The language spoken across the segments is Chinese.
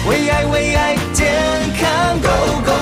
为爱为爱健康 Go Go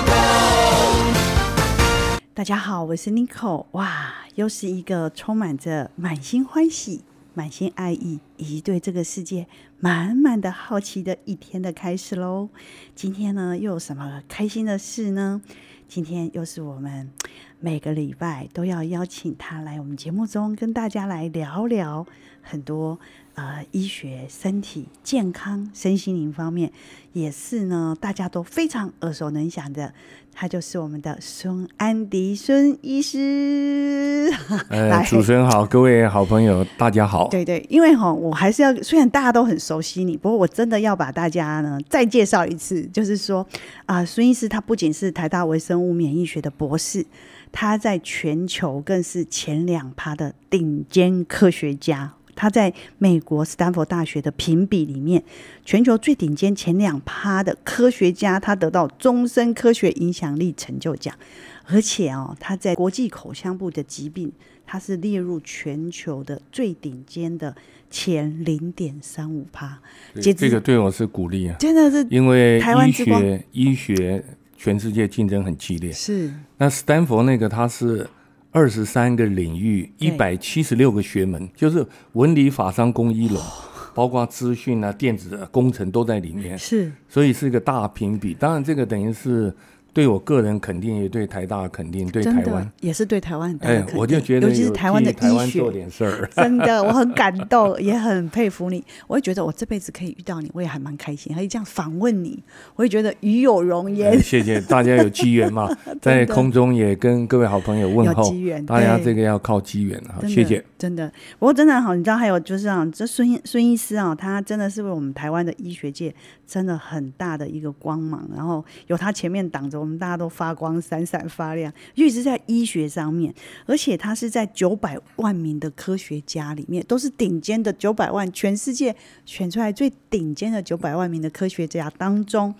大家好，我是 Nico。哇，又是一个充满着满心欢喜、满心爱意以及对这个世界满满的好奇的一天的开始喽。今天呢，又有什么开心的事呢？今天又是我们每个礼拜都要邀请他来我们节目中跟大家来聊聊很多呃医学、身体健康、身心灵方面，也是呢大家都非常耳熟能详的。他就是我们的孙安迪孙医师。来呃，主持人好，各位好朋友，大家好。对对，因为哈，我还是要，虽然大家都很熟悉你，不过我真的要把大家呢再介绍一次，就是说啊、孙医师他不仅是台大微生物免疫学的博士，他在全球更是前两趴的顶尖科学家。他在美国斯坦福大学的评比里面，全球最顶尖前两趴的科学家，他得到终身科学影响力成就奖。而且哦，他在国际口腔部的疾病，它是列入全球的最顶尖的前零点三五趴，截至这个对我是鼓励啊，真的是因为台湾医之光学医学全世界竞争很激烈。是那斯坦福那个它是二十三个领域，对一百七十六个学门，就是文理法商工医龙，哦包括资讯啊、电子、啊、工程都在里面，是所以是一个大评比。当然，这个等于是对我个人肯定，也对台大肯定，对真台的湾。也是对台湾很大的哎肯，定，我就觉得尤其是有台湾的替台医湾做学。点事儿。 真的，我很感动，也很佩服你。我也觉得我这辈子可以遇到你，我也还蛮开心。还这样访问你，我也觉得与有荣呃焉。谢谢大家有机 缘嘛，在空中也跟各位好朋友问有候机缘。大家对这个要靠机缘真啊，的谢谢。，真的。不过真的好，你知道还有就是啊，这孙医孙医师啊，他真的是为我们台湾的医学界真的很大的一个光芒。然后有他前面挡着，我们大家都发光闪闪发亮，尤其是在医学上面，而且他是在九百万名的科学家里面，都是顶尖的九百万，全世界选出来最顶尖的九百万名的科学家当中。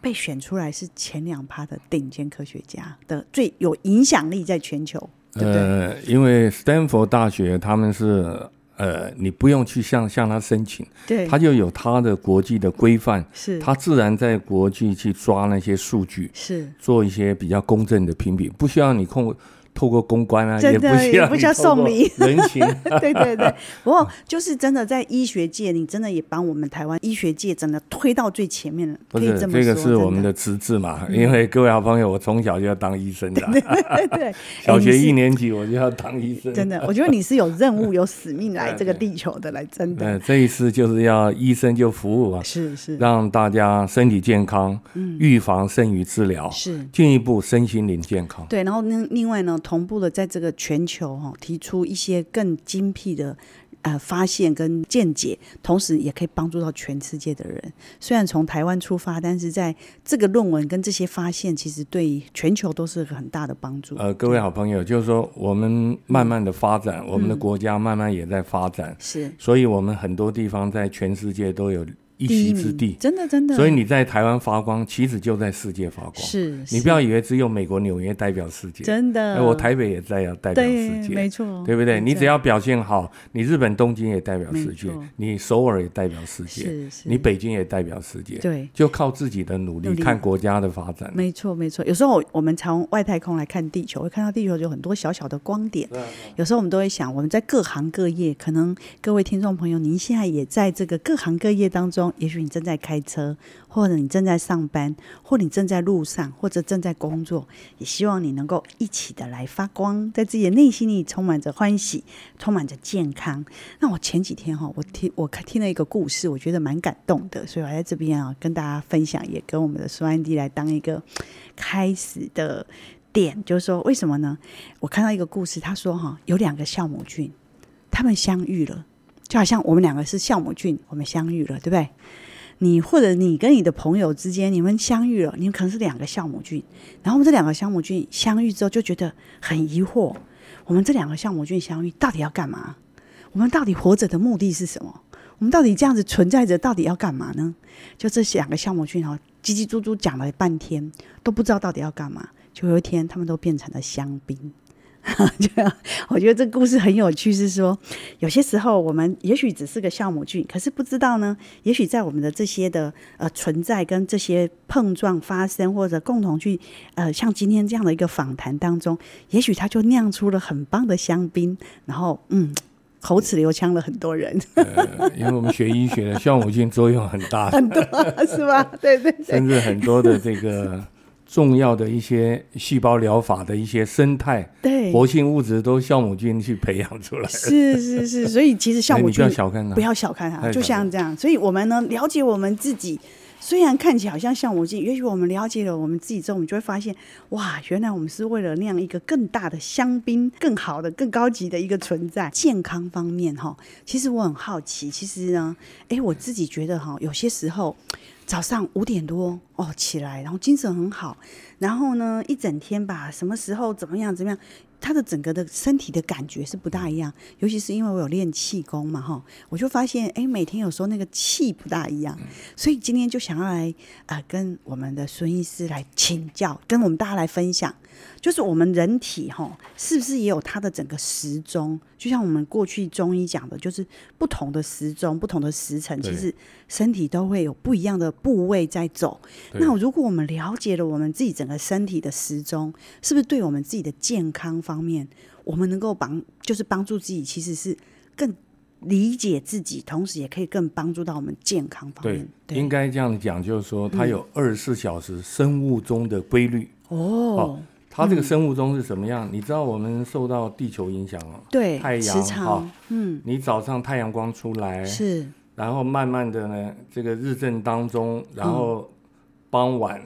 被选出来是前两趴的顶尖科学家的最有影响力，在全球，对不对？呃，因为 Stanford 大学他们是呃，你不用去向向他申请，对，他就有他的国际的规范，是他自然在国际去抓那些数据，是做一些比较公正的评比，不需要你控透过公关啊，真也的不需也要不你需要透过送礼人 情 啊。对对 对，不过就是真的在医学界，你真的也帮我们台湾医学界真的推到最前面了，不可以是，这么这说。个是我们真的的，嗯资质嘛，因为各位好朋友，我从小就要当医生的啊。对对，小学一年，年级我就要当医生你是，真的，我觉得你是有任务、有使命来 对这个对地球的，来真的呃，这一次就是要医生就服务啊，是是让大家身体健康，预防胜于治疗，是。进一步身心灵健康。对，然后另另外呢，同步的在这个全球哈、哦、提出一些更精辟的呃发现跟见解，同时也可以帮助到全世界的人。虽然从台湾出发，但是在这个论文跟这些发现，其实对全球都是个很大的帮助。呃，各位好朋友，就是说我们慢慢的发展，我们的国家慢慢也在发展，嗯是所以我们很多地方在全世界都有一第一席名之地。真的真的。所以你在台湾发光，其实就在世界发光。是你是不要以为只有美国纽约代表世界，真哎的，我台北也在要代表世哦对，界。没错，对不对？没你错只要表现好，你日本东京也代表世界没错，你首尔也代表世界，是是，你北京也代表世界，对。就靠自己的努努力，力看国家的发展。没错，没错。有时候我们从外太空来看地球，会看到地球有很多小小的光点。啊有时候我们都会想，我们在各行各业，可能各位听众朋友，您现在也在这个各行各业当中，也许你正在开车，或者你正在上班，或你正在路上，或者正在工作，也希望你能够一起的来发光，在自己的内心里充满着欢喜，充满着健康。那我前几天哈、我听我看听了一个故事，我觉得蛮感动的，所以我在这边啊跟大家分享，也跟我们的苏安迪来当一个开始的点，就是说为什么呢？我看到一个故事，他说哈、哦有两个酵母菌，他们相遇了，就好像我们两个是酵母菌，我们相遇了，对不对？你或者你跟你的朋友之间，你们相遇了，你们可能是两个酵母菌，然后我们这两个酵母菌相遇之后，就觉得很疑惑，我们这两个酵母菌相遇到底要干嘛？我们到底活着的目的是什么？我们到底这样子存在着，到底要干嘛呢？就这两个酵母菌哦，叽叽猪猪讲了半天，都不知道到底要干嘛。就有一天，他们都变成了香槟，就我觉得这故事很有趣，是说有些时候我们也许只是个酵母菌，可是不知道呢，也许在我们的这些的呃存在跟这些碰撞发生，或者共同去呃像今天这样的一个访谈当中，也许它就酿出了很棒的香槟，然后嗯。口齿留香了很多人， 呃，因为我们学医学的，酵母菌作用很 大，是吧？对对对，甚至很多的这个重要的一些细胞疗法的一些生态对活性物质，都酵母菌去培养出来。是是是，所以其实酵哎母你不菌要小看它不要小看太小它，看就像这样。所以我们呢，了解我们自己，虽然看起来好像酵母菌，也许我们了解了我们自己之后，我们就会发现，哇，原来我们是为了那样一个更大的香槟、更好的、更高级的一个存在。健康方面哈，其实我很好奇，其实呢，哎，我自己觉得哈，有些时候。早上五点多哦起来，然后精神很好，然后呢一整天吧，什么时候怎么样怎么样，他的整个的身体的感觉是不大一样，尤其是因为我有练气功嘛哈，我就发现哎每天有时候那个气不大一样，所以今天就想要来呃跟我们的孙医师来请教，跟我们大家来分享，就是我们人体哈是不是也有它的整个时钟？就像我们过去中医讲的，就是不同的时钟、不同的时辰，对其实身体都会有不一样的部位在走。对那如果我们了解了我们自己整个身体的时钟，是不是对我们自己的健康方面，我们能够帮就是帮助自己，其实是更理解自己，同时也可以更帮助到我们健康方对面。，应该这样讲，就是说嗯它有二十四小时生物钟的规律。哦，它这个生物钟是什么样？你知道我们受到地球影响哦，对，太阳哦哎时哈长，，嗯，你早上太阳光出来，是然后慢慢的呢，这个日正当中，然后傍晚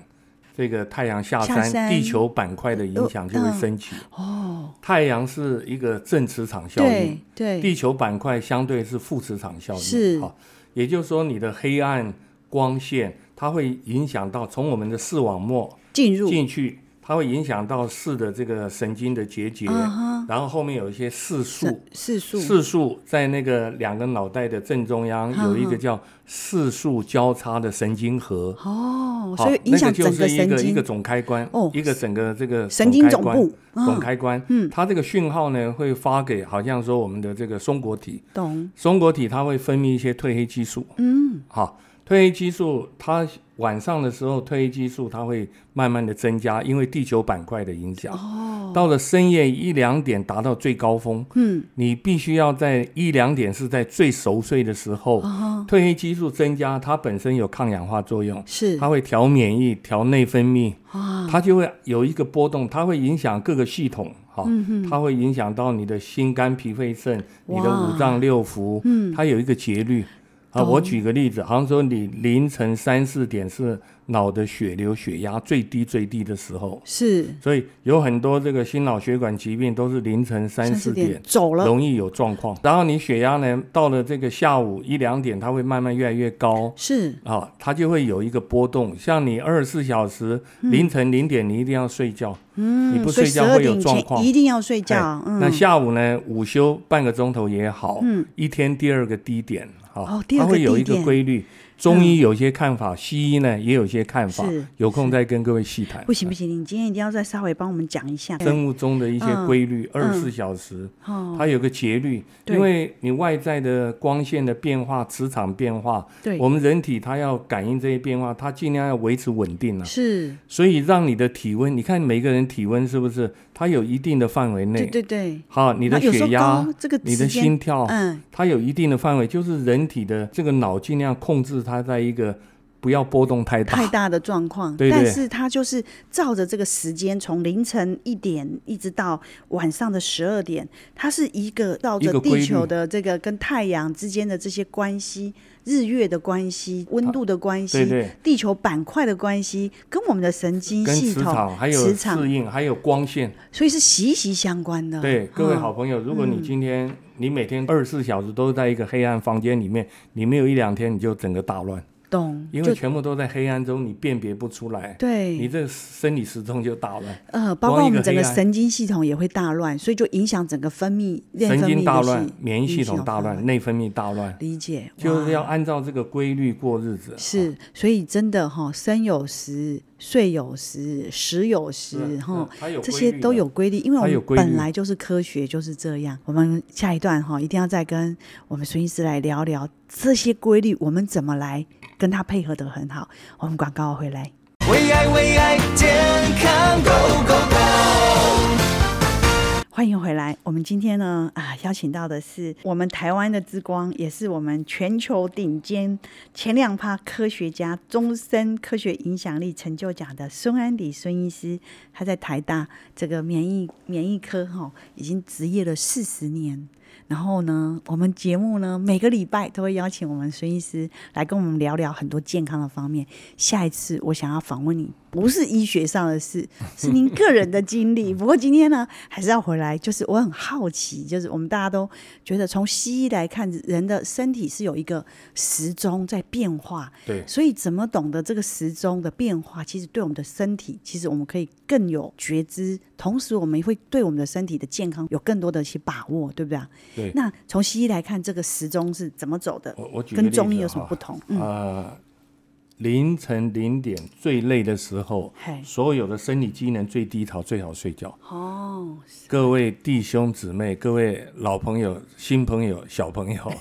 这个太阳下嗯下山，山地球板块的影响就会升起。哦，太阳是一个正磁场效应对，对，地球板块相对是负磁场效应。是好，也就是说你的黑暗光线，它会影响到从我们的视网膜进入进去。它会影响到视的这个神经的结节嗯哼然后后面有一些视束，四数四束在那个两个脑袋的正中央嗯有一个叫四束交叉的神经核，哦，好所以影响整那个就是一神个经一个总开关，哦一个整个这个神经总开关部嗯总开关，嗯，它这个讯号呢会发给好像说我们的这个松果体，懂，松果体它会分泌一些褪黑激素，嗯，好，褪黑激素它晚上的时候褪黑激素它会慢慢的增加，因为地球板块的影响，哦，到了深夜一两点达到最高峰，嗯，你必须要在一两点是在最熟睡的时候，哦褪黑激素增加，它本身有抗氧化作用，是它会调免疫、调内分泌，啊，它就会有一个波动，它会影响各个系统，哈、它会影响到你的心肝脾肺肾，你的哇五脏六腑，嗯，它有一个节律。啊，我举个例子，好像说你凌晨三四点是脑的血流血压最低最低的时候，是所以有很多这个心脑血管疾病都是凌晨三四点走了，容易有状况。然后你血压呢，到了这个下午一两点，它会慢慢越来越高。是啊、它就会有一个波动。像你二十四小时，凌晨零点你一定要睡觉，嗯，你不所睡以嗯十觉二会点有状前况一。定要睡哎觉，嗯，那下午呢？午休半个钟头也好，嗯，一天第二个低点，哈、哦第二它个会有低一个点嗯规律。中医有些看法，西医呢也有些看法是，有空再跟各位细谈。不行不行，你今天一定要再稍微帮我们讲一下，生物钟的一些嗯规律，二十四小时，哦，它有个节律，对因为你外在的光线的变化、磁场变化，对我，们人体它要感应这些变化，它尽量要维持稳定啊。是，所以让你的体温，你看每个人体温是不是它有一定的范围对内？对对，好，你的那有时候血压高，这个你的时间心跳，嗯，它有一定的范围，就是人体的这个脑尽量控制它在一个不要波动太大。太大的状况，对对但是它就是照着这个时间，从凌晨一点一直到晚上的十二点，它是一个绕一着个规律地球的这个跟太阳之间的这些关系、日月的关系、温度的关系、对对地球板块的关系，跟我们的神经跟系磁统、场还有磁场适应，还有光线，所以是息息相关的。对各位嗯好，朋友，如果你今天、你每天二十四小时都在一个黑暗房间里面，你没有一两天你就整个大乱。懂，因为就全部都在黑暗中，你辨别不出来，你对，这生理时钟就打乱，呃，包光括一我个们整黑个暗神经系统也会大乱，所以就影响整个分泌内神分经泌大的乱，免疫系系统大分乱，内分泌大乱，理解就是哇要按照这个规律过日子。啊是，所以真的哈、生有时，睡有时，时有时是哈、是它有这规些律都的有规律，因为我它有们规本律来就是科学就是这样。我们下一段哈、一定要再跟我们孙医师来聊聊这些规律，我们怎么来跟它配合的很好。我们广告回来。为爱为爱健康 Go Go Go，欢迎回来。我们今天呢啊，邀请到的是我们台湾的之光，也是我们全球顶尖前两趴科学家、终身科学影响力成就奖的孙安礼孙医师。他在台大这个免疫免疫科哈、已经执业了四十年。然后呢，我们节目呢每个礼拜都会邀请我们孙医师来跟我们聊聊很多健康的方面。下一次我想要访问你，不是医学上的事，是您个人的经历。不过今天呢，还是要回来，就是我很好奇，就是我们大家都觉得从西医来看，人的身体是有一个时钟在变化，对，所以怎么懂得这个时钟的变化，其实对我们的身体，其实我们可以更有觉知，同时我们会对我们的身体的健康有更多的一些把握，对不对啊？对那从西医来看，这个时钟是怎么走的？我我举个跟例子啊中医有什么哈不同？嗯，呃，凌晨零点最累的时候嘿，所有的生理机能最低潮，最好睡觉。哦，各位弟兄姊妹、各位老朋友、新朋友、小朋 友，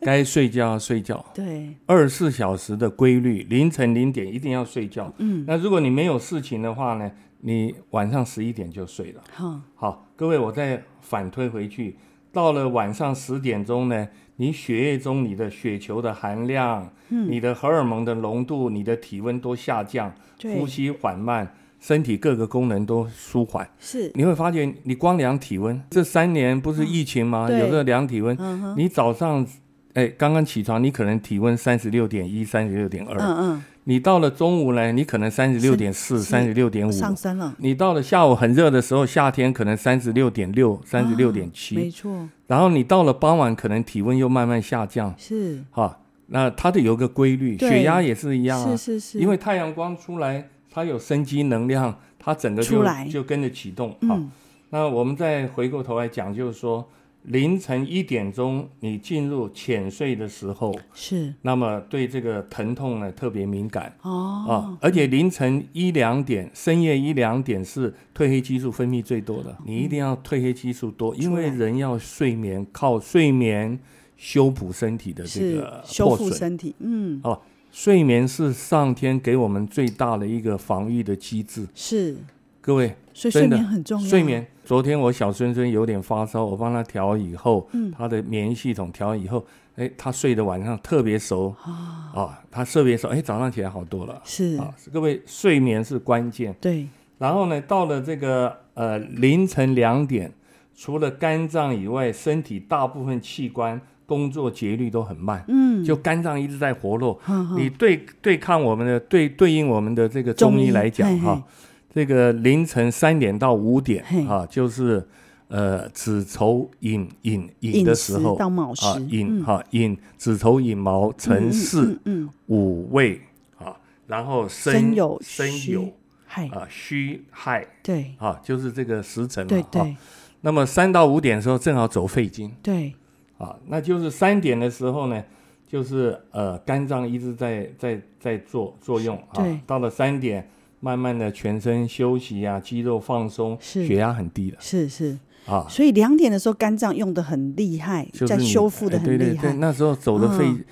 该睡觉要睡觉。对，二十四小时的规律，凌晨零点一定要睡觉。嗯，那如果你没有事情的话呢，你晚上十一点就睡了。哈，好，各位，我再反推回去，到了晚上十点钟呢，你血液中你的血球的含量、你的荷尔蒙的浓度、你的体温都下降，对呼吸缓慢，身体各个功能都舒缓。是你会发现，你光量体温，这三年不是疫情吗？嗯对嗯有这量体温，你早上，哎，刚刚起床，你可能体温三十六点一、三十六点二，嗯你到了中午呢，你可能三十六点四、三十六点嗯，五，上升了，你到了下午很热的时候，夏天可能三十六点六、三十六点啊没七，错，然后你到了傍晚，可能体温又慢慢下降，是哈。那它的有个规律，对血压也是一样啊，是是是，因为太阳光出来，它有生机能量，它整个出就来就跟着启动哈、嗯那我们再回过头来讲，就是说凌晨一点钟你进入浅睡的时候，是那么对这个疼痛呢特别敏感。哦，啊，而且凌晨一两点、深夜一两点是褪黑激素分泌最多嗯的，你一定要褪黑激素多，因为人要睡眠，靠睡眠修补身体的这是个修破复损。身体，嗯，哦，睡眠是上天给我们最大的一个防御的机制。是，各位，所以睡真的眠很重要，啊睡眠。昨天我小孙孙有点发烧，我帮他调以后，嗯他的免疫系统调以后，哎，他睡的晚上特别熟啊、他特别熟，哎，早上起来好多了。是，啊，各位，睡眠是关键。对，然后呢，到了这个呃凌晨两点，除了肝脏以外，身体大部分器官工作节律都很慢，嗯，就肝脏一直在活络。哼哼你对对抗我们的对对应我们的这个中医来讲中医嘿哈、这个凌晨三点到五点嘿啊，就是呃子丑寅寅饮寅的时食候到卯时啊，寅哈寅子丑寅卯辰巳嗯嗯，五味啊，然后身身有身虚有嗨，啊虚亥对啊，就是这个时辰嘛。对哈对那么三到五点的时候正好走肺经对，啊，那就是三点的时候呢，就是呃肝脏一直在在在做作用对啊。到了三点，慢慢的全身休息啊，肌肉放松，是血压很低的是是，啊。所以两点的时候肝脏用的很厉害，就是在你修复的哎很对厉对对，害，那时候走的肺，嗯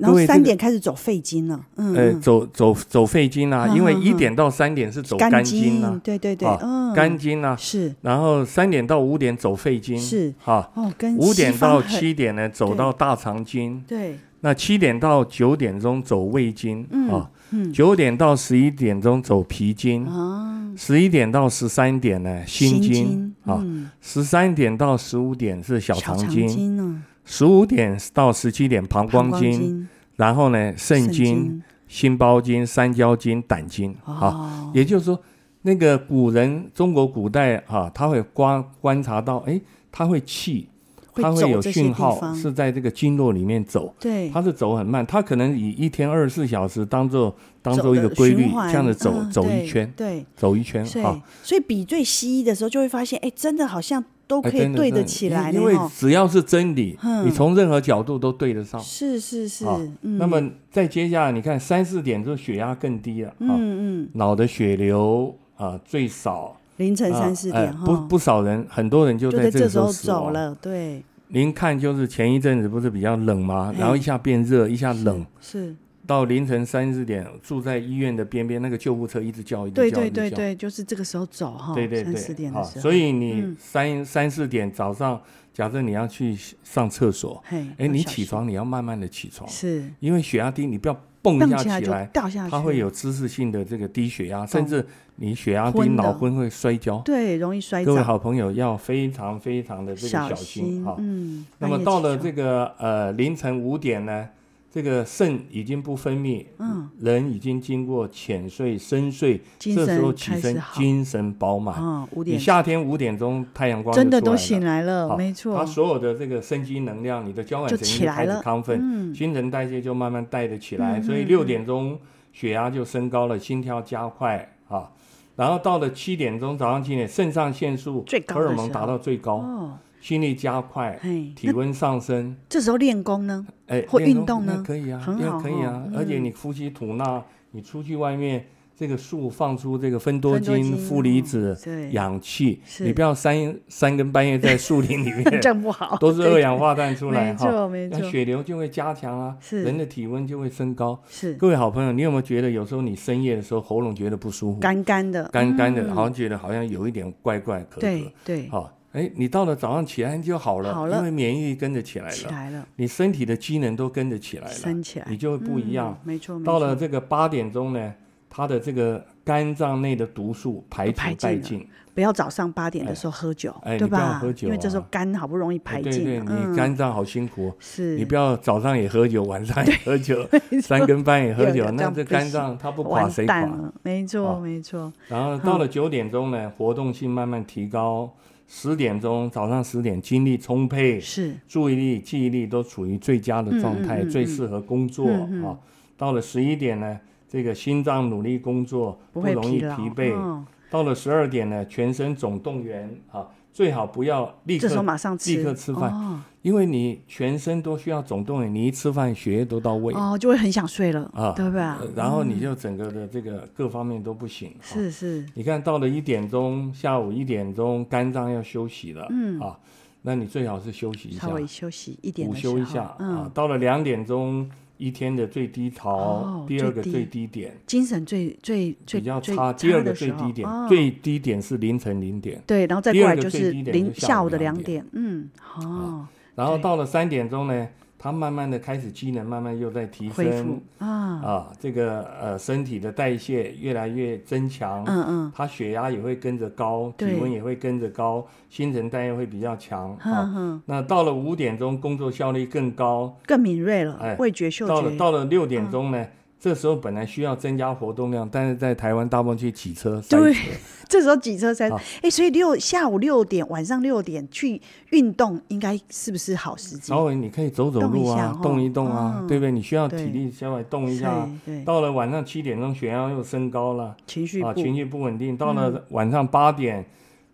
然后各位这三个点开始走肺经了，嗯呃，嗯，走走走肺经啊，嗯因为嗯嗯一点到三点是走肝经啊，对对对，啊嗯，肝经啊，是然后三点到五点走肺经，啊是哈，哦，跟五西点方到很，七点呢走到大肠经，对，那七点到九点钟走胃经嗯啊，嗯九点到十一点钟走脾经，啊，十一点到十三点呢心经啊，嗯十三点到十五点是小小肠肠经，经呢，十五点到十七点膀胱经，经、然后呢肾经、，心包经、三焦经、胆经啊。哦，也就是说，那个古人中国古代哈、啊，他会观观察到，哎，他会气，它会走有这些讯地号方是在这个经络里面走，对，它是走很慢，它可能以一天二十四小时当做当走做一的个规律循，环这样子走、嗯走对一圈，对，走一圈所好。以所以比对西医的时候，就会发现，哎，真的好像都哎可真以的对真得的起因来呢因为哦。只要是真理，嗯你从任何角度都对得上。是是是啊，嗯，那么再接下来，你看三四点，就血压更低了啊，嗯嗯，脑的血流啊最少凌晨啊三四哎点哈，不不少人，很多人就就在这个时时候死走亡。了，对，您看，就是前一阵子不是比较冷吗？哎然后一下变热，一下冷，是，到凌晨三四点，住在医院的边边，那个救护车一直叫，一直叫，对一对直对叫对，就是这个时候走哈，对对三对，四点好的时候，所以你嗯三三四点早上，假设你要去上厕所，嘿，要哎，你小起心床你要慢慢的起床，是因为血压低，你不要蹦一蹦下起来起就来，掉下去，它会有姿势性的这个低血压，甚懂至你血压低昏的脑昏会摔跤。对容易摔各位倒，好朋友要非常非常的这个小心心哈。嗯，那半么夜到起了床这个呃凌晨五点呢，这个肾已经不分泌，嗯，人已经经过浅睡、深睡，精这时候神起开始身好精神饱满。啊，五你点夏天五点钟太阳光真的就出都来醒了，来好了，没它错，所有的这个生机能量，你的交感就神起经就来开始了亢奋，嗯，新陈代谢就慢慢带得起来，嗯所以嗯六点钟血压就升高了，心跳加快啊。然后到了七点钟，早上七点，肾上腺素最、高荷的尔蒙时达候到最高，哦，心率加快， 嘿，体那温上升。这时候练功 呢，哎，或练运功动那呢可以啊，很那好可以啊哦。而且嗯你呼吸吐纳，你出去外面，这个树放出这个分多分多精、精负离哦子、对氧气，你是不要三三更半夜在树林里 面，这样不好， 都是对二氧化碳出来没哈，错没那错，血流就会加强啊，是人的体温就会升高。是各位好朋友，你有没有觉得有时候你深夜的时候喉咙觉得不舒服，干干的，干干的，嗯好像觉得好像有一点怪怪咳咳对？对，好，哎，你到了早上起来你就好了，好了因为免疫力跟着起来起了，来了，你身体的机能都跟着起来了，升起来你，就会不一样嗯。，没错，没到了错这个八点钟呢，它的这个肝脏内的毒素排除排尽殆了尽，不要早上八点的时候喝酒，哎对你不要吧？喝酒因为这时候啊肝好不容易哎排对尽对，了，你嗯肝脏好辛苦，是你不要早上也喝酒，晚上也喝酒，三更半夜喝有酒，的这那样这不肝行脏它不垮完谁哦垮蛋？嗯了，没错好没错，然后到了九点钟呢，活动性慢慢提高，十点钟早上十点精力充沛，是注意力、记忆力都处于最佳的状态，嗯嗯嗯最适合工作、嗯嗯啊。到了十一点呢，这个心脏努力工作，不会容易疲劳，疲惫。嗯到了十二点呢，全身总动员啊，最好不要立这时候刻，马上吃，立刻吃饭哦因为你全身都需要总动员，你一吃饭血液都到位。哦，就会很想睡了啊，对吧呃？然后你就整个的这个各方面都不行。嗯啊是是你看到了一点钟，下午一点钟，肝脏要休息了，嗯啊，那你最好是休息一稍，下微休息一点午的时休候一下、啊嗯。，到了两点钟，一天的最低潮，哦第二个最低最低点精神最最最比较最差，第二个的最时候低点，哦最低点是凌晨零点，对，然后再第过二来个就最是低点啊零就下午午的两两点，嗯，哦，然后对到了三点钟呢，它慢慢的开始机能慢慢又在提恢复升啊，啊，这个呃身体的代谢越来越增强，嗯嗯，他血压也会跟着高，体对温也会跟着高，新陈代谢会比较强啊。哼哼，那到了五点钟，工作效率更高。更敏锐了哎，味觉、嗅到了觉嗯到了六点钟呢，这时候本来需要增加活动量，但是在台湾大部分去挤车塞对车， 这时候挤车才啊哎，所以六下午六点、晚上六点去运动，应该是不是好时机稍？微你可以走走路啊，动动一一下哦动啊，嗯对不对？你需要体对力稍微动对一下。对，到了晚上七点钟，血压又升高了情绪啊，不嗯情绪不稳定。到了晚上八点，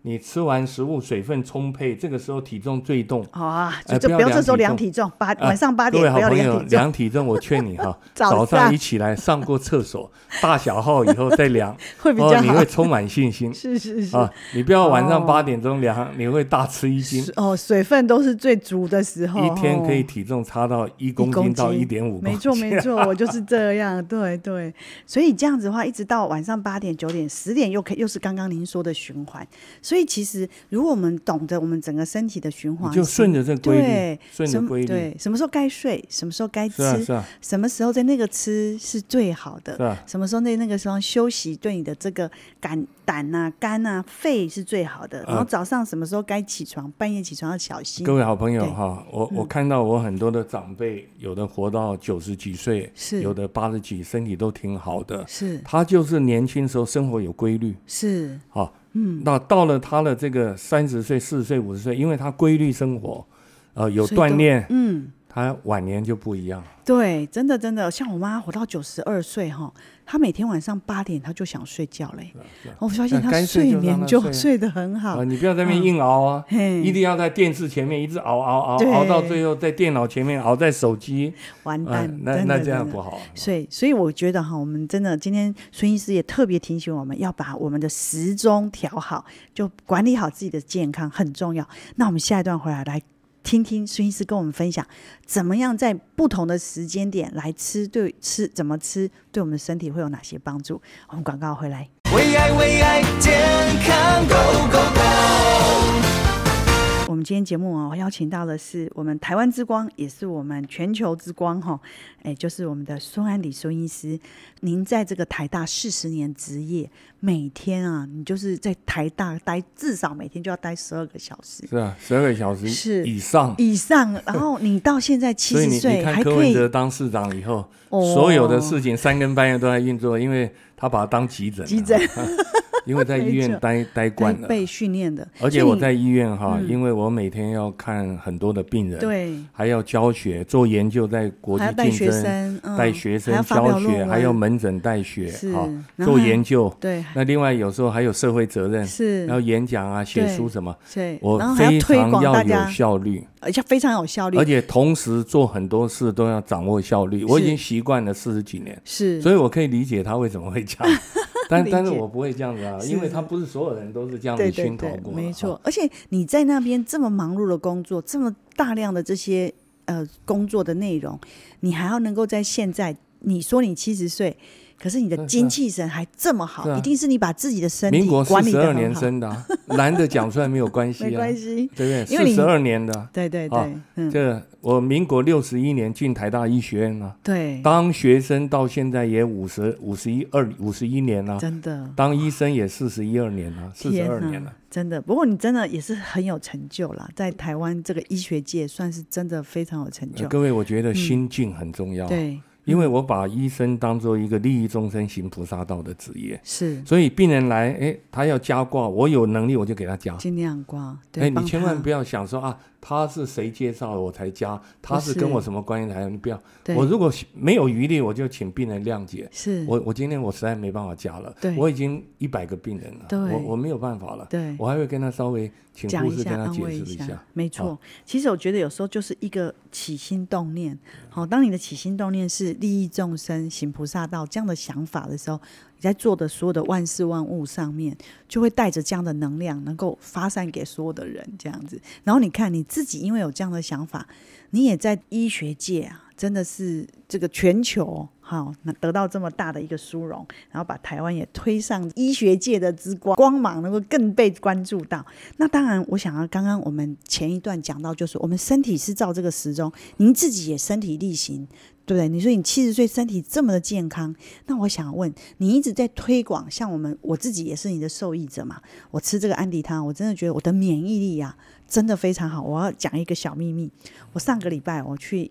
你吃完食物，水分充沛，这个时候体重最重。好啊，哎就这不要不要量这时候体量重体重，八啊晚上八各点位好不要朋友，量体重，量体重，我劝你哈， 早早上上一起来上过厕所，大小号以后再量， 会比哦较，你好会。充满信心 是是是，啊！你不要晚上哦八点钟量，你会大吃一惊，水哦，水分都是最足的时候，一天可以哦体重差到一公公斤到一斤点五公斤，没错没错，我就是这样，对对，所以这样子的话，一直到晚上八点、九点、十点，又可以又是刚刚您说的循环。所以其实如果我们懂得我们整个身体的循环你是，就顺着这规律对，顺着什么规律，对，什么时候该睡，什么时候该吃，是啊是啊什么时候在那个吃是最好的，是啊。什么时候在那个时候休息，对你的这个肝、胆啊、肝啊、肺是最好的。然后嗯早上什么时候该起床，半夜起床要小心 各。位好朋友对嗯哈，我我看到我很多的长辈，有的活到九十几岁，是有的八十几，身体都挺好的，是他就是年轻时候生活有规律，是，好，嗯，那到了他的这个三十岁、四十岁、五十岁，因为他规律生活，呃有所以都锻炼，嗯，他晚年就不一样。对，真的真的，像我妈活到九十二岁哈，她每天晚上八点她就想睡觉嘞。我发现啊那她干脆睡就让眠她就睡啊睡得很好嗯啊，，你不要在那边硬熬啊，嘿一定要在电视前面一直熬熬熬对熬到最后，在电脑前面熬在手机，完啊蛋，，那真那的这样真的不好。所以，所以我觉得哈，我们真的今天孙医师也特别提醒我们要把我们的时钟调好，就管理好自己的健康很重要。那我们下一段回来来听听孙医师跟我们分享，怎么样在不同的时间点来吃，对吃怎么吃，对我们的身体会有哪些帮助？我们广告回来。为爱为爱健康 Go Go Go，我们今天节目哦，邀请到的是我们台湾之光，也是我们全球之光哈、哎，就是我们的孙安礼孙医师。您在这个台大四十年职业，每天啊，你就是在台大待至少每天就要待十二个小时是啊，十二个小时是以上。以上，然后你到现在七所以十你你岁看还柯可文以哲当市长以后，哦所有的事情三更半夜都在运作，因为他把他当急诊啊，急诊因为在医 没院错待待来惯了。被训练的，而且所以我你嗯在医院哈，因为我每天要看很多的病人，，对还要教学、做研究，在国还际要带竞学争，生嗯带学还生要发表教论学，文还有门诊带学是啊，然后做还研究。对那另外有时候还有社会责任，是 然后演讲啊、写对书什么，对，我然后还非要推常广大要家有，效率，而且非常有效率而，且同时做很多事都要掌握效率。我已是经习惯了四十几年，是所以我可以理解他为什么会这 样，但理但是解我不会这样子啊，是因为他不是所有人都是这样对子对熏陶对，过的，没啊错。而且你在那边这么忙碌的工作，这么大量的这些呃工作的内容，你还要能够在现在，你说你七十岁，可是你的是啊精气神还这么好，是啊一定是你把自己的身体民国四管理十的二很年好，生的、 啊，男的讲出来没有关系没啊，关系。对不因为对？你四十二年的啊，对对对，啊嗯，这我民国六十一年进台大医学院啊，对，当学生到现在也五十五十一二五十一年了、真的。当医生也四十一二年了、四十天二呐年了、真的。不过你真的也是很有成就啦，在台湾这个医学界算是真的非常有成呃就。各位，我觉得心境很重要、，啊嗯对，因为我把医生当做一个利益众生、行菩萨道的职业，是所以病人来，哎，他要加挂，我有能力我就给他加。尽量刮。对，哎，你帮千他万不要想说啊，他是谁介绍我才加，他不是跟是我什么关系才加？你不要，对我如果没有余力，我就请病人谅解。是我我今天我实在没办法加了对，我已经一百个病人了，对我我没有办法了，对我还会跟他稍微请讲护一士下，跟他安解慰释一下。没错，其实我觉得有时候就是一个起心动念。好、当你的起心动念是利益众生、行菩萨道这样的想法的时候，你在做的所有的万事万物上面，就会带着这样的能量，能够发散给所有的人，这样子。然后你看你自己，因为有这样的想法，你也在医学界啊，真的是这个全球好，那得到这么大的一个殊荣，然后把台湾也推上医学界的之光光芒，能够更被关注到。那当然，我想要刚刚我们前一段讲到，就是我们身体是照这个时钟，您自己也身体力行，对不对？你说你七十岁身体这么的健康，那我想问你一直在推广，像我们我自己也是你的受益者嘛。我吃这个安迪汤，我真的觉得我的免疫力啊，真的非常好。我要讲一个小秘密，我上个礼拜我去。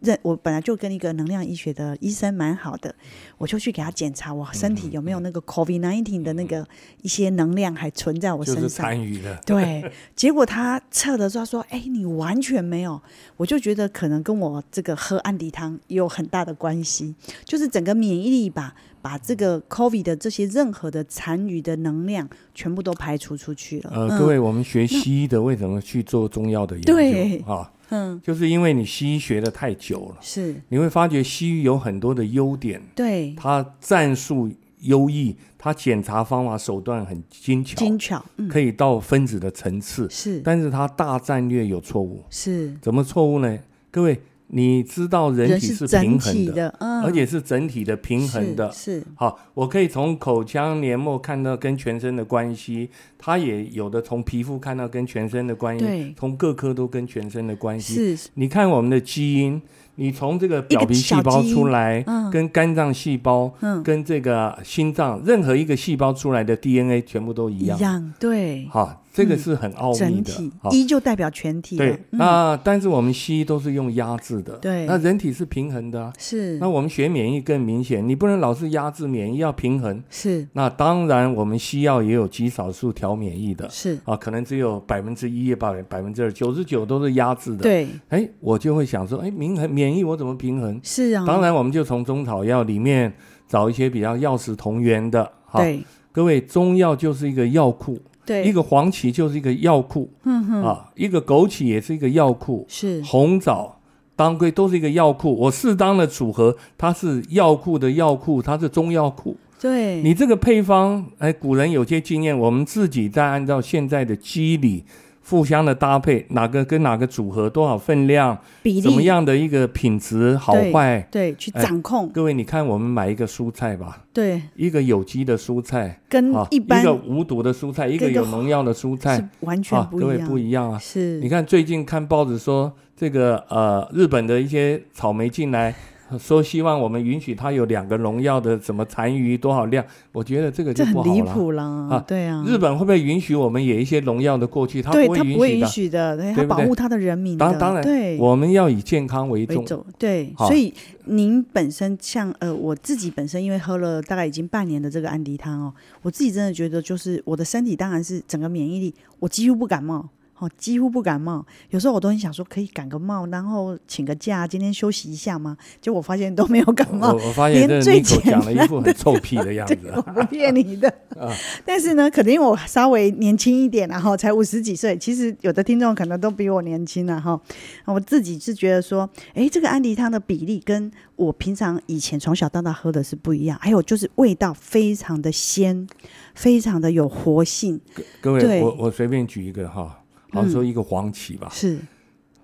认我本来就跟一个能量医学的医生蛮好的，我就去给他检查我身体有没有那个 COVID nineteen 的那个一些能量还存在我身就上，是参与的， 对，结果他测的时候他说：“哎、你完全没有。”我就觉得可能跟我这个喝安迪汤也有很大的关系，就是整个免疫力吧，把这个 COVID 的这些任何的残余的能量全部都排除出去了。呃，嗯各位，我们学西医的为什么去做中药的研对究啊？嗯，就是因为你西医学的太久了，是你会发觉西医有很多的优点，对，它战术优异，它检查方法手段很精巧，精巧，嗯，可以到分子的层次，是但是它大战略有错误。是，怎么错误呢？各位，你知道人体是整平体衡的，嗯，而且是整体的平衡的。是是好，我可以从口腔黏膜看到跟全身的关系，它也有的从皮肤看到跟全身的关对系，从各科都跟全身的关系。是你看我们的基因，你从这个表皮细胞出来，嗯跟肝脏细胞，嗯跟这个心脏任何一个细胞出来的 DNA 全部都一一样，样，对，哈，这个是很奥秘整的体，哈。一就代表全体了，对，嗯那但是我们西医都是用压制的，对那人体是平衡的啊、嗯是那我们学免疫更明显，你不能老是压制免疫，要平衡。是那当然，我们西药也有极少数调免疫的，是，啊，可能只有百分之一、百百分之二，九十九都是压制的。，对，哎，我就会想说，哎，平衡免疫我怎么平衡？是啊，当然，我们就从中草药里面找一些比较药食同源的。哈，对各位，中药就是一个药库，对，一个黄芪就是一个药库，嗯哼，啊，一个枸杞也是一个药库，是红枣、当归都是一个药库。我适当的组合，它是药库的药库，它是中药库。对，你这个配方，哎，古人有些经验，我们自己再按照现在的机理。互相的搭配，哪个跟哪个组合，多少分量，比怎么例样的一个品质好坏？对去哎掌控，各位，你看，我们买一个蔬菜吧，对，一个有机的蔬菜跟啊，嗯一般个无毒的蔬菜，一个跟一个有农药的蔬菜是完全啊，不一各位样，不一样啊。是你看最近看报纸说，这个呃日本的一些草莓进来，说希望我们允许它有两个农药的什么残余多少量，我觉得这个就这不很好离了。谱啦啊，对啊，日本会不会允许我们也一些农药的过去？它对不会他不会允允的。许的，对对他不保对护他的人民当的，当然对，我们要以健康为为重。重，对，好所以您本身像呃，我自己本身因为喝了大概已经半年的这个安迪汤哦，我自己真的觉得就是我的身体当然是整个免疫力，我几乎不感冒。哦，几乎不感冒，有时候我都很想说可以感个冒，然后请个假，今天休息一下吗？结果我发现都没有感 冒我，哦我发现这哦连 n 最 i c 简 o 讲了一副很臭屁 的样对，子我不骗你的。啊但是呢，可能因为我稍微年轻一点、然后才五十几岁，其实有的听众可能都比我年轻了、哈。我自己是觉得说，哎，这个安迪汤的比例跟我平常以前从小到大喝的是不一样，还有就是味道非常的鲜，非常的有活性， 各对嗯位，我我随便举一个哈，好像说一个黄芪吧，是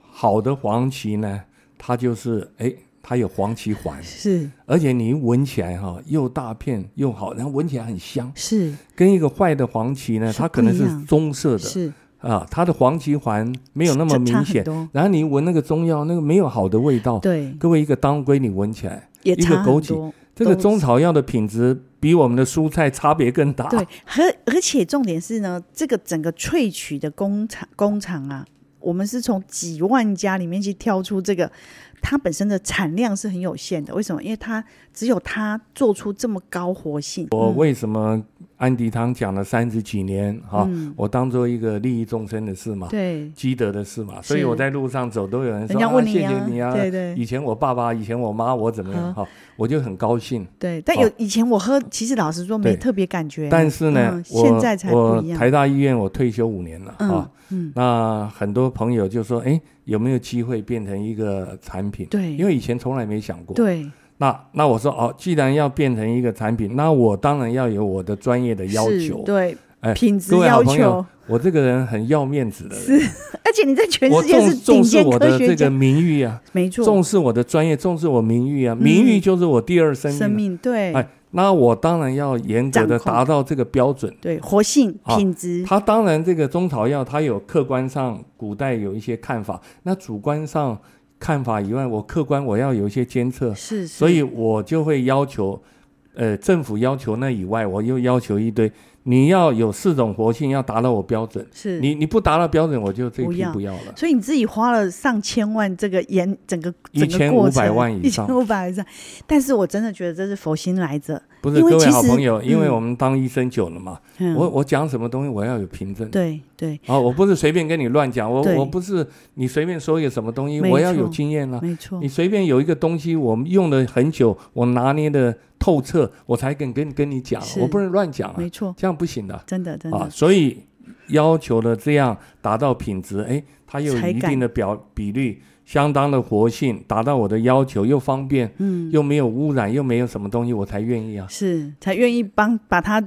好的黄芪呢，它就是哎，它有黄芪环，是而且你一闻起来哈、又大片又好，然后闻起来很香。是跟一个坏的黄芪呢，是它可能不是一样棕色的是，啊，它的黄芪环没有那么明这差很显多。然后你一闻那个中药，那个没有好的味道。对，各位，一个当归你闻起来，也个差很枸杞多。这个都中草药的品质比我们的蔬菜差别更大。对，而而且重点是呢，这个整个萃取的工厂工厂啊，我们是从几万家里面去挑出这个，它本身的产量是很有限的。为什么？因为它只有它做出这么高活性。我嗯为什么安迪汤讲了三十几年哈、我当做一个利益众生的事嘛。嗯对，积德的事嘛，所以是我在路上走都有人人说家问啊、你谢啊谢你啊，对对以前我爸爸，以前我妈，我怎么样啊哈、我就很高兴。对，但有、哦以前我喝，其实老实说没对特别感觉，但是呢，嗯我现在才不我一样。台大医院我退休五年了、嗯啊，嗯，那很多朋友就说，哎，有没有机会变成一个产品？对因为以前从来没想过。对，那那我说哦，既然要变成一个产品，那我当然要有我的专业的要是求。对哎品质各位好要朋求友，，我这个人很要面子的人，而且你在全我世界是顶重重视尖我科的学这家，个名誉啊。没错嗯重，视我的专业，重视我名誉啊，名誉就是我第二生命啊。生命对、哎，那我当然要严格的掌控达到这个标准。对，活性啊品质它当然这个中草药，它有客观上古代有一些看法，那主观上看法以外，我客观我要有一些监测，是，所是以我就会要求，呃，政府要求那以外，我又要求一堆，你要有四种活性，要达到我标准。是你你不达到标准，我就这不批要不要了。所以你自己花了上千万，这个研整个整个1500过程万以千上五百以上。但是我真的觉得这是佛心来着。不是因为各位其好实朋友，因为嗯我们当医生久了嘛，嗯，我我讲什么东西，我要有凭证。对对，啊，我不是随便跟你乱讲，我对我不是你随便说一个什么东西，没错我要有经验啊。没错你，随便有一个东西，我们用了很久，我拿捏的透彻，我才敢跟跟你讲，是我不能乱讲啊没，错，这样不行的真的真啊。的所以要求了这样达到品质，哎，它又有才一敢定的表比率，相当的活性，达到我的要求，又方便，嗯，又没有污染，又没有什么东西，我才愿意啊。是才愿意帮把它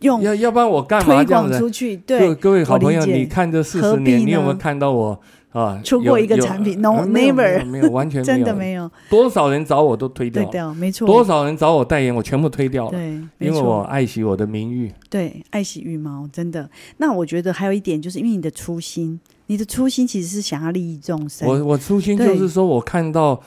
用要要不然我干嘛推这样广子？出去。各对，各位我好朋友，理解你看这四何十必年，你有呢没有看到我啊？出有过一个有产品呃？No，没有 never 没有没有， 完全真的有。没有多少人找我都推对掉，掉，没错，多少人找我代言，我全部推掉了，对，没因为我错，爱惜我的名誉。对，爱惜羽毛，真的。那我觉得还有一点，就是因为你的初心，你的初心其实是想要利益众生。我我初心对就是说我看到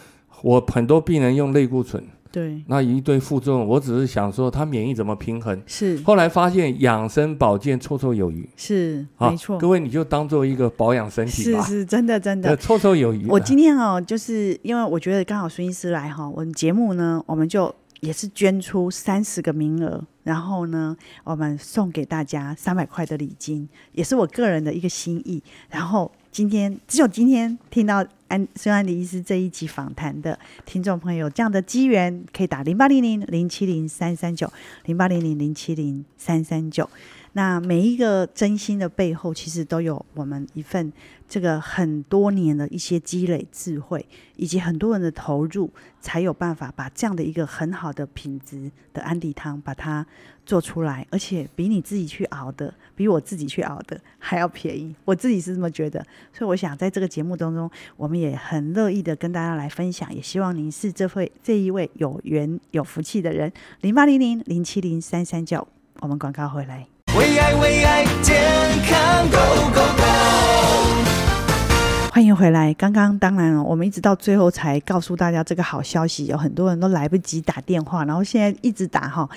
我很多病人用类固醇，对，那一堆副作用，我只是想说他免疫怎么平衡。是后来发现养生保健绰绰有余是，啊没，错各，位你就当做一个保养身体是吧，是真的真的呃，。绰绰有余的。我今天哦，就是因为我觉得刚好孙医师来哈，我们节目呢，我们就也是捐出三十个名额，然后呢，我们送给大家三百块的礼金，也是我个人的一个心意。然后今天只有今天听到安孙安迪医师这一集访谈的听众朋友，这样的机缘可以打零八零零零七零三三九零八零零零七零三三九。那每一个真心的背后，其实都有我们一份这个很多年的一些积累、智慧，以及很多人的投入，才有办法把这样的一个很好的品质的安迪汤把它做出来，而且比你自己去熬的，比我自己去熬的还要便宜。我自己是这么觉得，所以我想在这个节目当中，我们也很乐意的跟大家来分享，也希望您是这位这一位有缘有福气的人。零八零零零七零三三九，我们广告回来。为爱为爱健康 Go Go Go！欢迎回来。刚刚当然了，我们一直到最后才告诉大家这个好消息，有很多人都来不及打电话，然后现在一直打哈，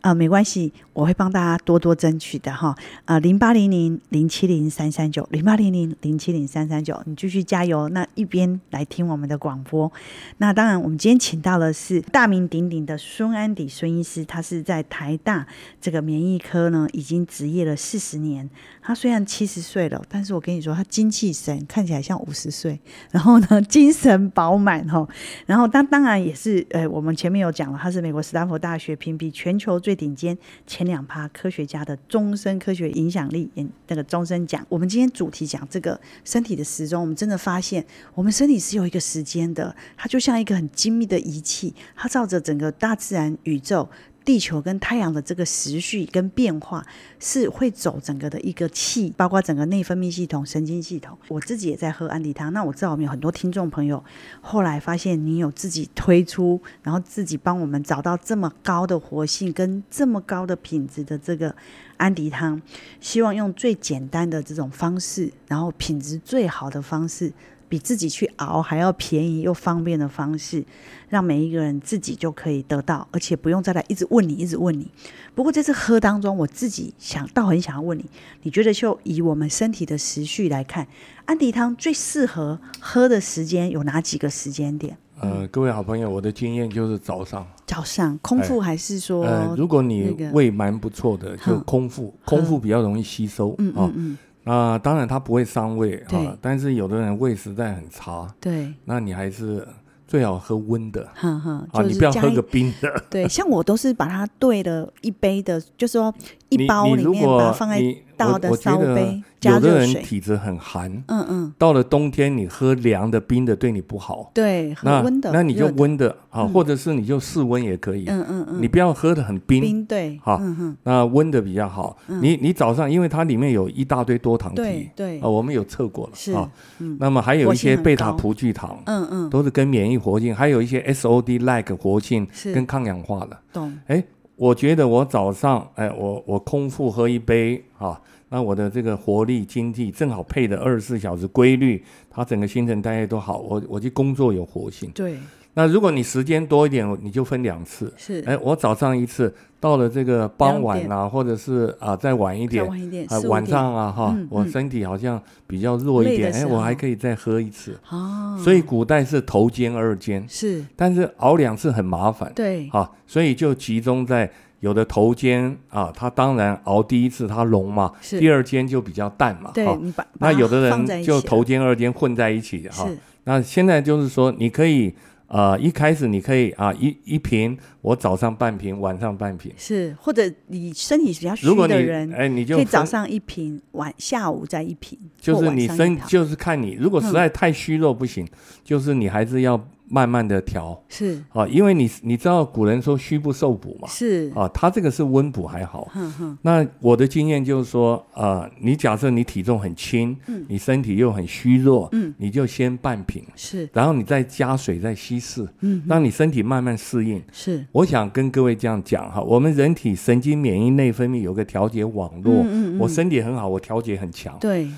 呃，没关系，我会帮大家多多争取的哈。呃，零八零零零七零三三九，零八零零零七零三三九，你继续加油。那一边来听我们的广播。那当然，我们今天请到的是大名鼎鼎的孙安迪孙医师，他是在台大这个免疫科呢已经执业了四十年。他虽然七十岁了，但是我跟你说，他精气神看起来像五十岁，然后呢，精神饱满哈、哦。然后当当然也是，呃，我们前面有讲了，他是美国斯坦福大学评比全球最顶尖前两趴科学家的终身科学影响力演那个终身奖。我们今天主题讲这个身体的时钟，我们真的发现我们身体是有一个时间的，它就像一个很精密的仪器，它照着整个大自然、宇宙。地球跟太阳的这个时序跟变化是会走整个的一个气，包括整个内分泌系统、神经系统。我自己也在喝安迪汤，那我知道我们有很多听众朋友后来发现你有自己推出，然后自己帮我们找到这么高的活性跟这么高的品质的这个安迪汤，希望用最简单的这种方式，然后品质最好的方式。比自己去熬还要便宜又方便的方式，让每一个人自己就可以得到，而且不用再来一直问你，一直问你。不过在这喝当中，我自己想到很想要问你，你觉得就以我们身体的时序来看，安迪汤最适合喝的时间有哪几个时间点？呃，各位好朋友，我的经验就是早上，早上空腹还是说？呃，如果那你个胃蛮不错的，就哼空腹，空腹比较容易吸收嗯啊嗯。嗯，那当然它不会伤胃对啊，但是有的人胃实在很差，对，那你还是最好喝温的哈哈，啊，就你是不要加喝一个冰的。 对，像我都是把它兑了一杯的，就是说一你包你里如面果把它放在，你大我的我觉烧得杯加有热的人水体质很寒，嗯嗯，到了冬天你喝凉的冰的对你不好。对，那很温的，那你就热的，温的啊，嗯或者是你就室温也可以，嗯嗯嗯，你不要喝的很冰，冰对，好嗯嗯，那温的比较好。你你早上因为它里面有一大堆多糖对体，对啊，，我们有测过是了啊。，嗯那么还有一活性些很贝塔高葡聚糖，嗯嗯，都是跟免疫活性，还有一些 SOD-like 活性是跟抗氧化的。懂，哎，我觉得我早上，哎，我我空腹喝一杯啊，那我的这个活力、精力正好配的二十四小时规律，它整个新陈代谢都好，我我去工作有活性。对，那如果你时间多一点，你就分两次。是，哎，我早上一次，到了这个傍晚啦、或者是啊再晚一再点，晚一点，啊四五晚点上啊哈嗯，我嗯身体好像比较弱一累的点，时哎，候我还可以再喝一次。哦，所以古代是头煎二煎，是，但是熬两次很麻烦，对，啊，所以就集中在有的头煎啊，它当然熬第一次它浓嘛，是第二煎就比较淡嘛，对啊你把那把它有的放在人一就起头煎二煎混在一起哈、是那现在就是说，你可以呃一开始你可以啊一一瓶，我早上半瓶，晚上半瓶。是，或者你身体比较虚如果你的人，哎你就可以早分上一瓶，晚下午再一瓶，就或是晚你上一身堂就是看你，如果实嗯在太虚弱不行，就是你还是要慢慢的调是啊，因为你你知道古人说虚不受补嘛，是，啊，他这个是温补还好。哼哼，那我的经验就是说，呃，你假设你体重很轻，你身体又很虚弱，嗯你就先半瓶，是然后你再加水再稀释，嗯，让你身体慢慢适应。是，我想跟各位这样讲哈，我们人体神经免疫内分泌有个调节网络，嗯嗯嗯哦我身体很好，我调节很强，对，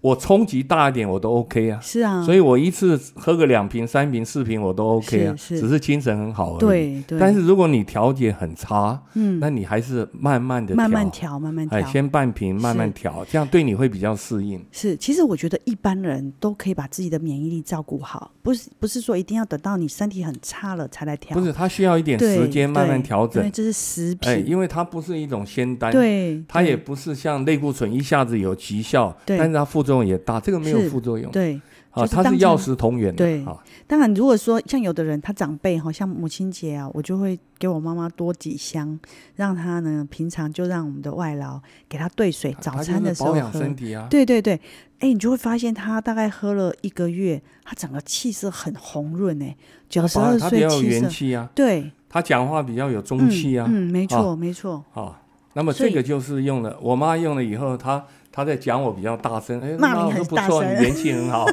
我冲击大一点我都 OK 啊。是啊，所以我一次喝个两瓶、三瓶、四瓶我都 OK 啊，是是只是精神很好而已。对对但是如果你调节很差，嗯那你还是慢慢的慢慢，调，慢慢哎，调。先半瓶，慢慢是调，这样对你会比较适应。是，其实我觉得一般人都可以把自己的免疫力照顾好，不是不是说一定要等到你身体很差了才来调，不是，它需要一点对时间慢慢对调因为整。这是食品，哎，因为它不是一种仙丹，对，它对也不是像类固醇一下子有奇效，对但是它副作用也大，这个没有是副作用，对。啊，就是它是当药成食同源的，对啊，当然，如果说像有的人他长辈哈，像母亲节啊，我就会给我妈妈多几箱，让她呢平常就让我们的外劳给她兑水，它早啊就餐是的时候保养喝。身体啊，对对对，哎，你就会发现她大概喝了一个月，她整个气色很红润哎，九十保二养它比岁较有气元色，气啊，对，它讲话比较有中嗯气啊，嗯，没错没错，啊，那么所这以个就是用了，我妈用了以后，她她在讲我比较大声，哎，骂妈你我说很不大错，你声元气很好，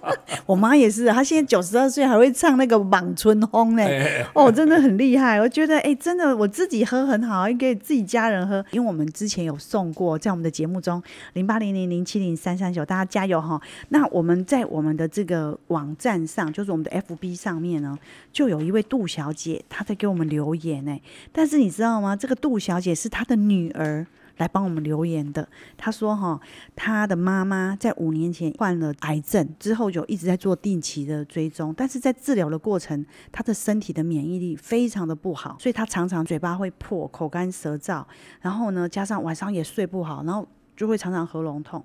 我妈也是，她现在九十二岁还会唱那个《莽春风》嘞，哎，哦，真的很厉害，我觉得哎、真的我自己喝很好，也哎给自己家人喝，因为我们之前有送过，在我们的节目中零八零零零七零三三九，大家加油哈！那我们在我们的这个网站上，就是我们的 FB 上面呢，就有一位杜小姐，她在给我们留言哎、但是你知道吗？这个杜小姐是她的女儿。来帮我们留言的，她说哈，她的妈妈在五年前患了癌症，之后就一直在做定期的追踪，但是在治疗的过程，她的身体的免疫力非常的不好，所以她常常嘴巴会破、口干舌燥，然后呢，加上晚上也睡不好，然后就会常常喉咙痛，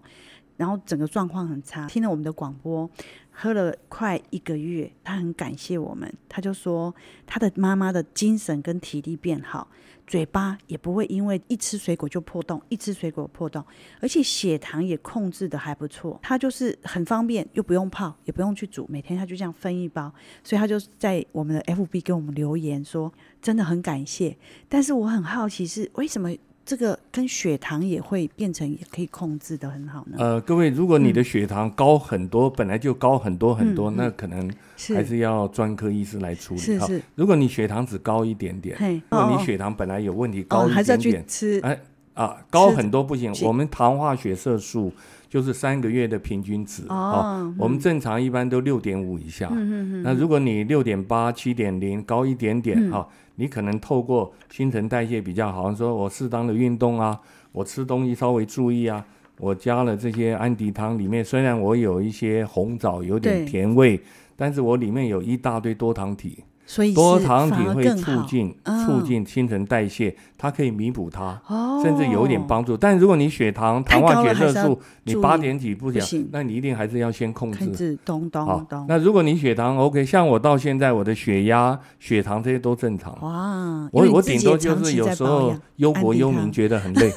然后整个状况很差。听了我们的广播，喝了快一个月，她很感谢我们，她就说她的妈妈的精神跟体力变好。嘴巴也不会因为一吃水果就破洞，一吃水果破洞，而且血糖也控制的还不错。它就是很方便，又不用泡，也不用去煮，每天他就这样分一包，所以他就在我们的 FB 给我们留言说，真的很感谢。但是我很好奇是为什么这个跟血糖也会变成也可以控制的很好呢？嗯呃，各位，如果你的血糖高很多，本来就高很多很多，那可能还是是要专科医师来处理是哈是。如果你血糖只高一点点，嘿如果哦哦你血糖本来有问题哦，高还一是要点去点，吃哎啊，高吃很多不行。我们糖化血色素就是三个月的平均值啊哦，我们正常一般都六点五以下。嗯嗯嗯那如果你六点八、七点零高一点点哈、你可能透过新陈代谢比较好，说我适当的运动啊，我吃东西稍微注意啊，我加了这些安迪汤里面，虽然我有一些红枣有点对甜味，但是我里面有一大堆多糖体，嗯，所以多是糖体反而会更促好进、嗯促进新陈代谢，它可以弥补它。哦，甚至有一点帮助，但如果你血糖、太糖高化了血还色是要素，你注意八点几不不行讲，那你一定还是要先控制控。制，咚好咚咚，那如果你血糖 OK，像我到现在我的血压、血糖这些都正常。哇，哦因为我你我自己顶多也就长是期有在时保候养 忧国安忧定民，它觉得很 累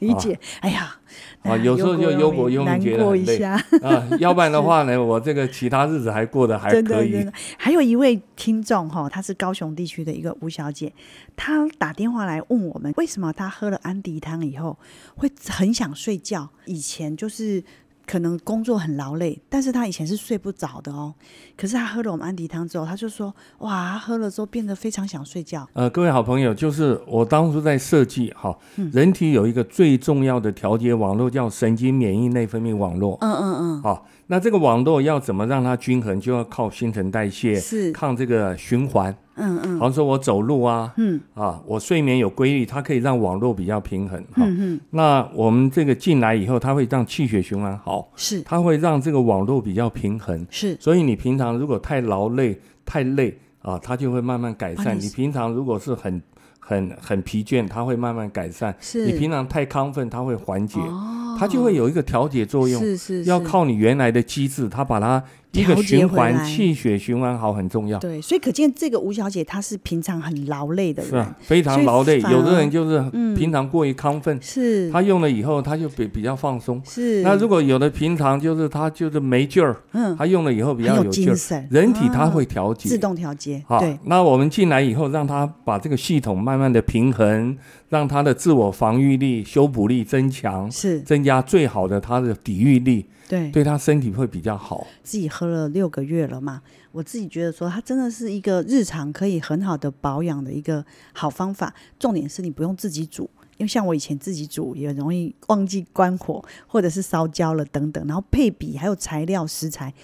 理解，哎呀，啊，有时候就忧国忧民，难觉得过一很累下。啊。要不然的话呢，我这个其他日子还过得还真可的真以的。还有一位听众哈、她是高雄地区的一个吴小姐，她打电话来问我们，为什么她喝了安迪汤以后会很想睡觉？以前就是。可能工作很劳累，但是她以前是睡不着的哦。可是她喝了我们安迪汤之后，她就说：“哇，她喝了之后变得非常想睡觉。呃，各位好朋友，就是我当初在设计哈，嗯人体有一个最重要的调节网络叫神经免疫内分泌网络。嗯”嗯嗯好，哦那这个网络要怎么让它均衡，就要靠新陈代谢，是靠这个循环。嗯嗯好像说我走路啊，嗯啊，我睡眠有规律，它可以让网络比较平衡哈。嗯嗯，那我们这个进来以后，它会让气血循环好，是它会让这个网络比较平衡。是所以你平常如果太劳累、太累啊，它就会慢慢改把善。你你平常如果是很很很疲倦，它会慢慢改善。是你平常太亢奋，它会缓解，哦，它就会有一个调节作用。是是要是靠你原来的机制，它把它一个调节循回环来气血循环好很重要。对，所以可见这个吴小姐她是平常很劳累的是人啊，，非常劳所以累。反而有的人就是嗯平常过于亢奋，是他用了以后他就比比较放松。是啊那如果有的平常就是他就是没劲儿，嗯他用了以后比很较有劲精儿，神，人体它啊会调节。自动调节，好对，，那我们进来以后，让他把这个系统慢慢的平衡，让他的自我防御力、修补力增强，是，增加最好的他的抵御力，对，对他身体会比较好。自己喝了六个月了嘛，我自己觉得说它真的是一个日常可以很好的保养的一个好方法。重点是你不用自己煮，因为像我以前自己煮，也容易忘记关火，或者是烧焦了等等。然后配比还有材料食材，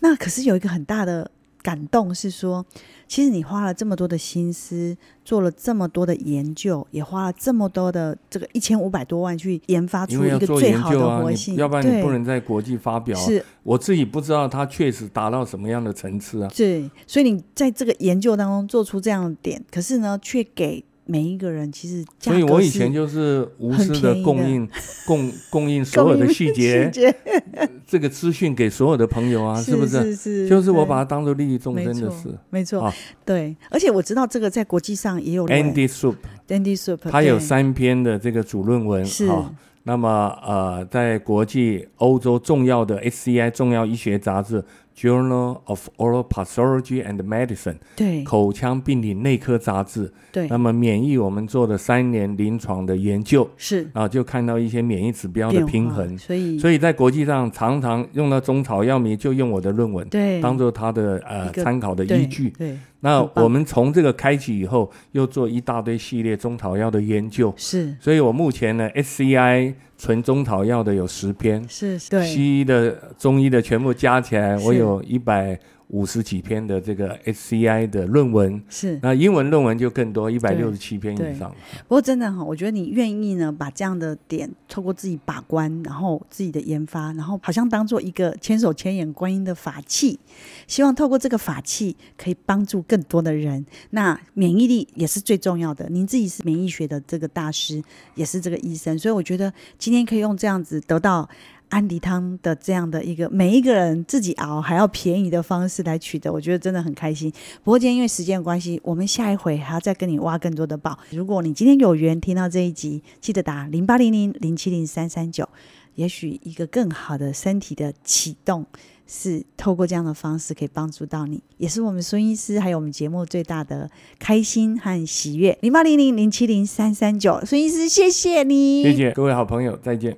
那可是有一个很大的感动是说，其实你花了这么多的心思，做了这么多的研究，也花了这么多的这个一千五百多万去研发因出为要一个做最研好究的啊，活性，你要不然对你不能在国际发表啊。是我自己不知道它确实达到什么样的层次啊。对，所以你在这个研究当中做出这样的点，可是呢，却给每一个人其实价所格以我以是前就是无很私的便宜供的 应供供应所有的供应细节，这个资讯给所有的朋 友啊，是是不是是？是就是我对把它当做利益众没生的错事。没错，啊对，而且我知道这个在国际上也有人 Andy Soup， Andy Super，他有对三篇的这个主论文是啊。那么呃，在国际欧洲重要的 SCI 重要医学杂志 Journal of Oral Pathology and Medicine 对口腔病理内科杂志，对那么免疫我们做了三年临床的研究是啊，就看到一些免疫指标的变平化衡。所以所以在国际上常常用到中草药迷，就用我的论文对当做他的呃一个参考的对依据。对那很棒我们从这个开启以后，又做一大堆系列中草药的研究。是所以我目前呢，SCI 纯中草药的有十篇，是对西医的、中医的全部加起来，是我有一百五十几篇的这个 SCI 的论文。是。那英文论文就更多，一百六十七篇对以上。不过真的哈，我觉得你愿意呢，把这样的点透过自己把关，然后自己的研发，然后好像当做一个千手千眼观音的法器，希望透过这个法器可以帮助更多的人。那免疫力也是最重要的，您自己是免疫学的这个大师，也是这个医生，所以我觉得今天可以用这样子得到。安迪汤的这样的一个每一个人自己熬还要便宜的方式来取得，我觉得真的很开心。不过今天因为时间关系，我们下一回还要再跟你挖更多的宝。如果你今天有缘听到这一集，记得打零八零零零七零三三九，也许一个更好的身体的启动。是透过这样的方式可以帮助到你，也是我们孙医师还有我们节目最大的开心和喜悦。零八零零零七零三三九，孙医师，谢谢你，谢谢各位好朋友，再见。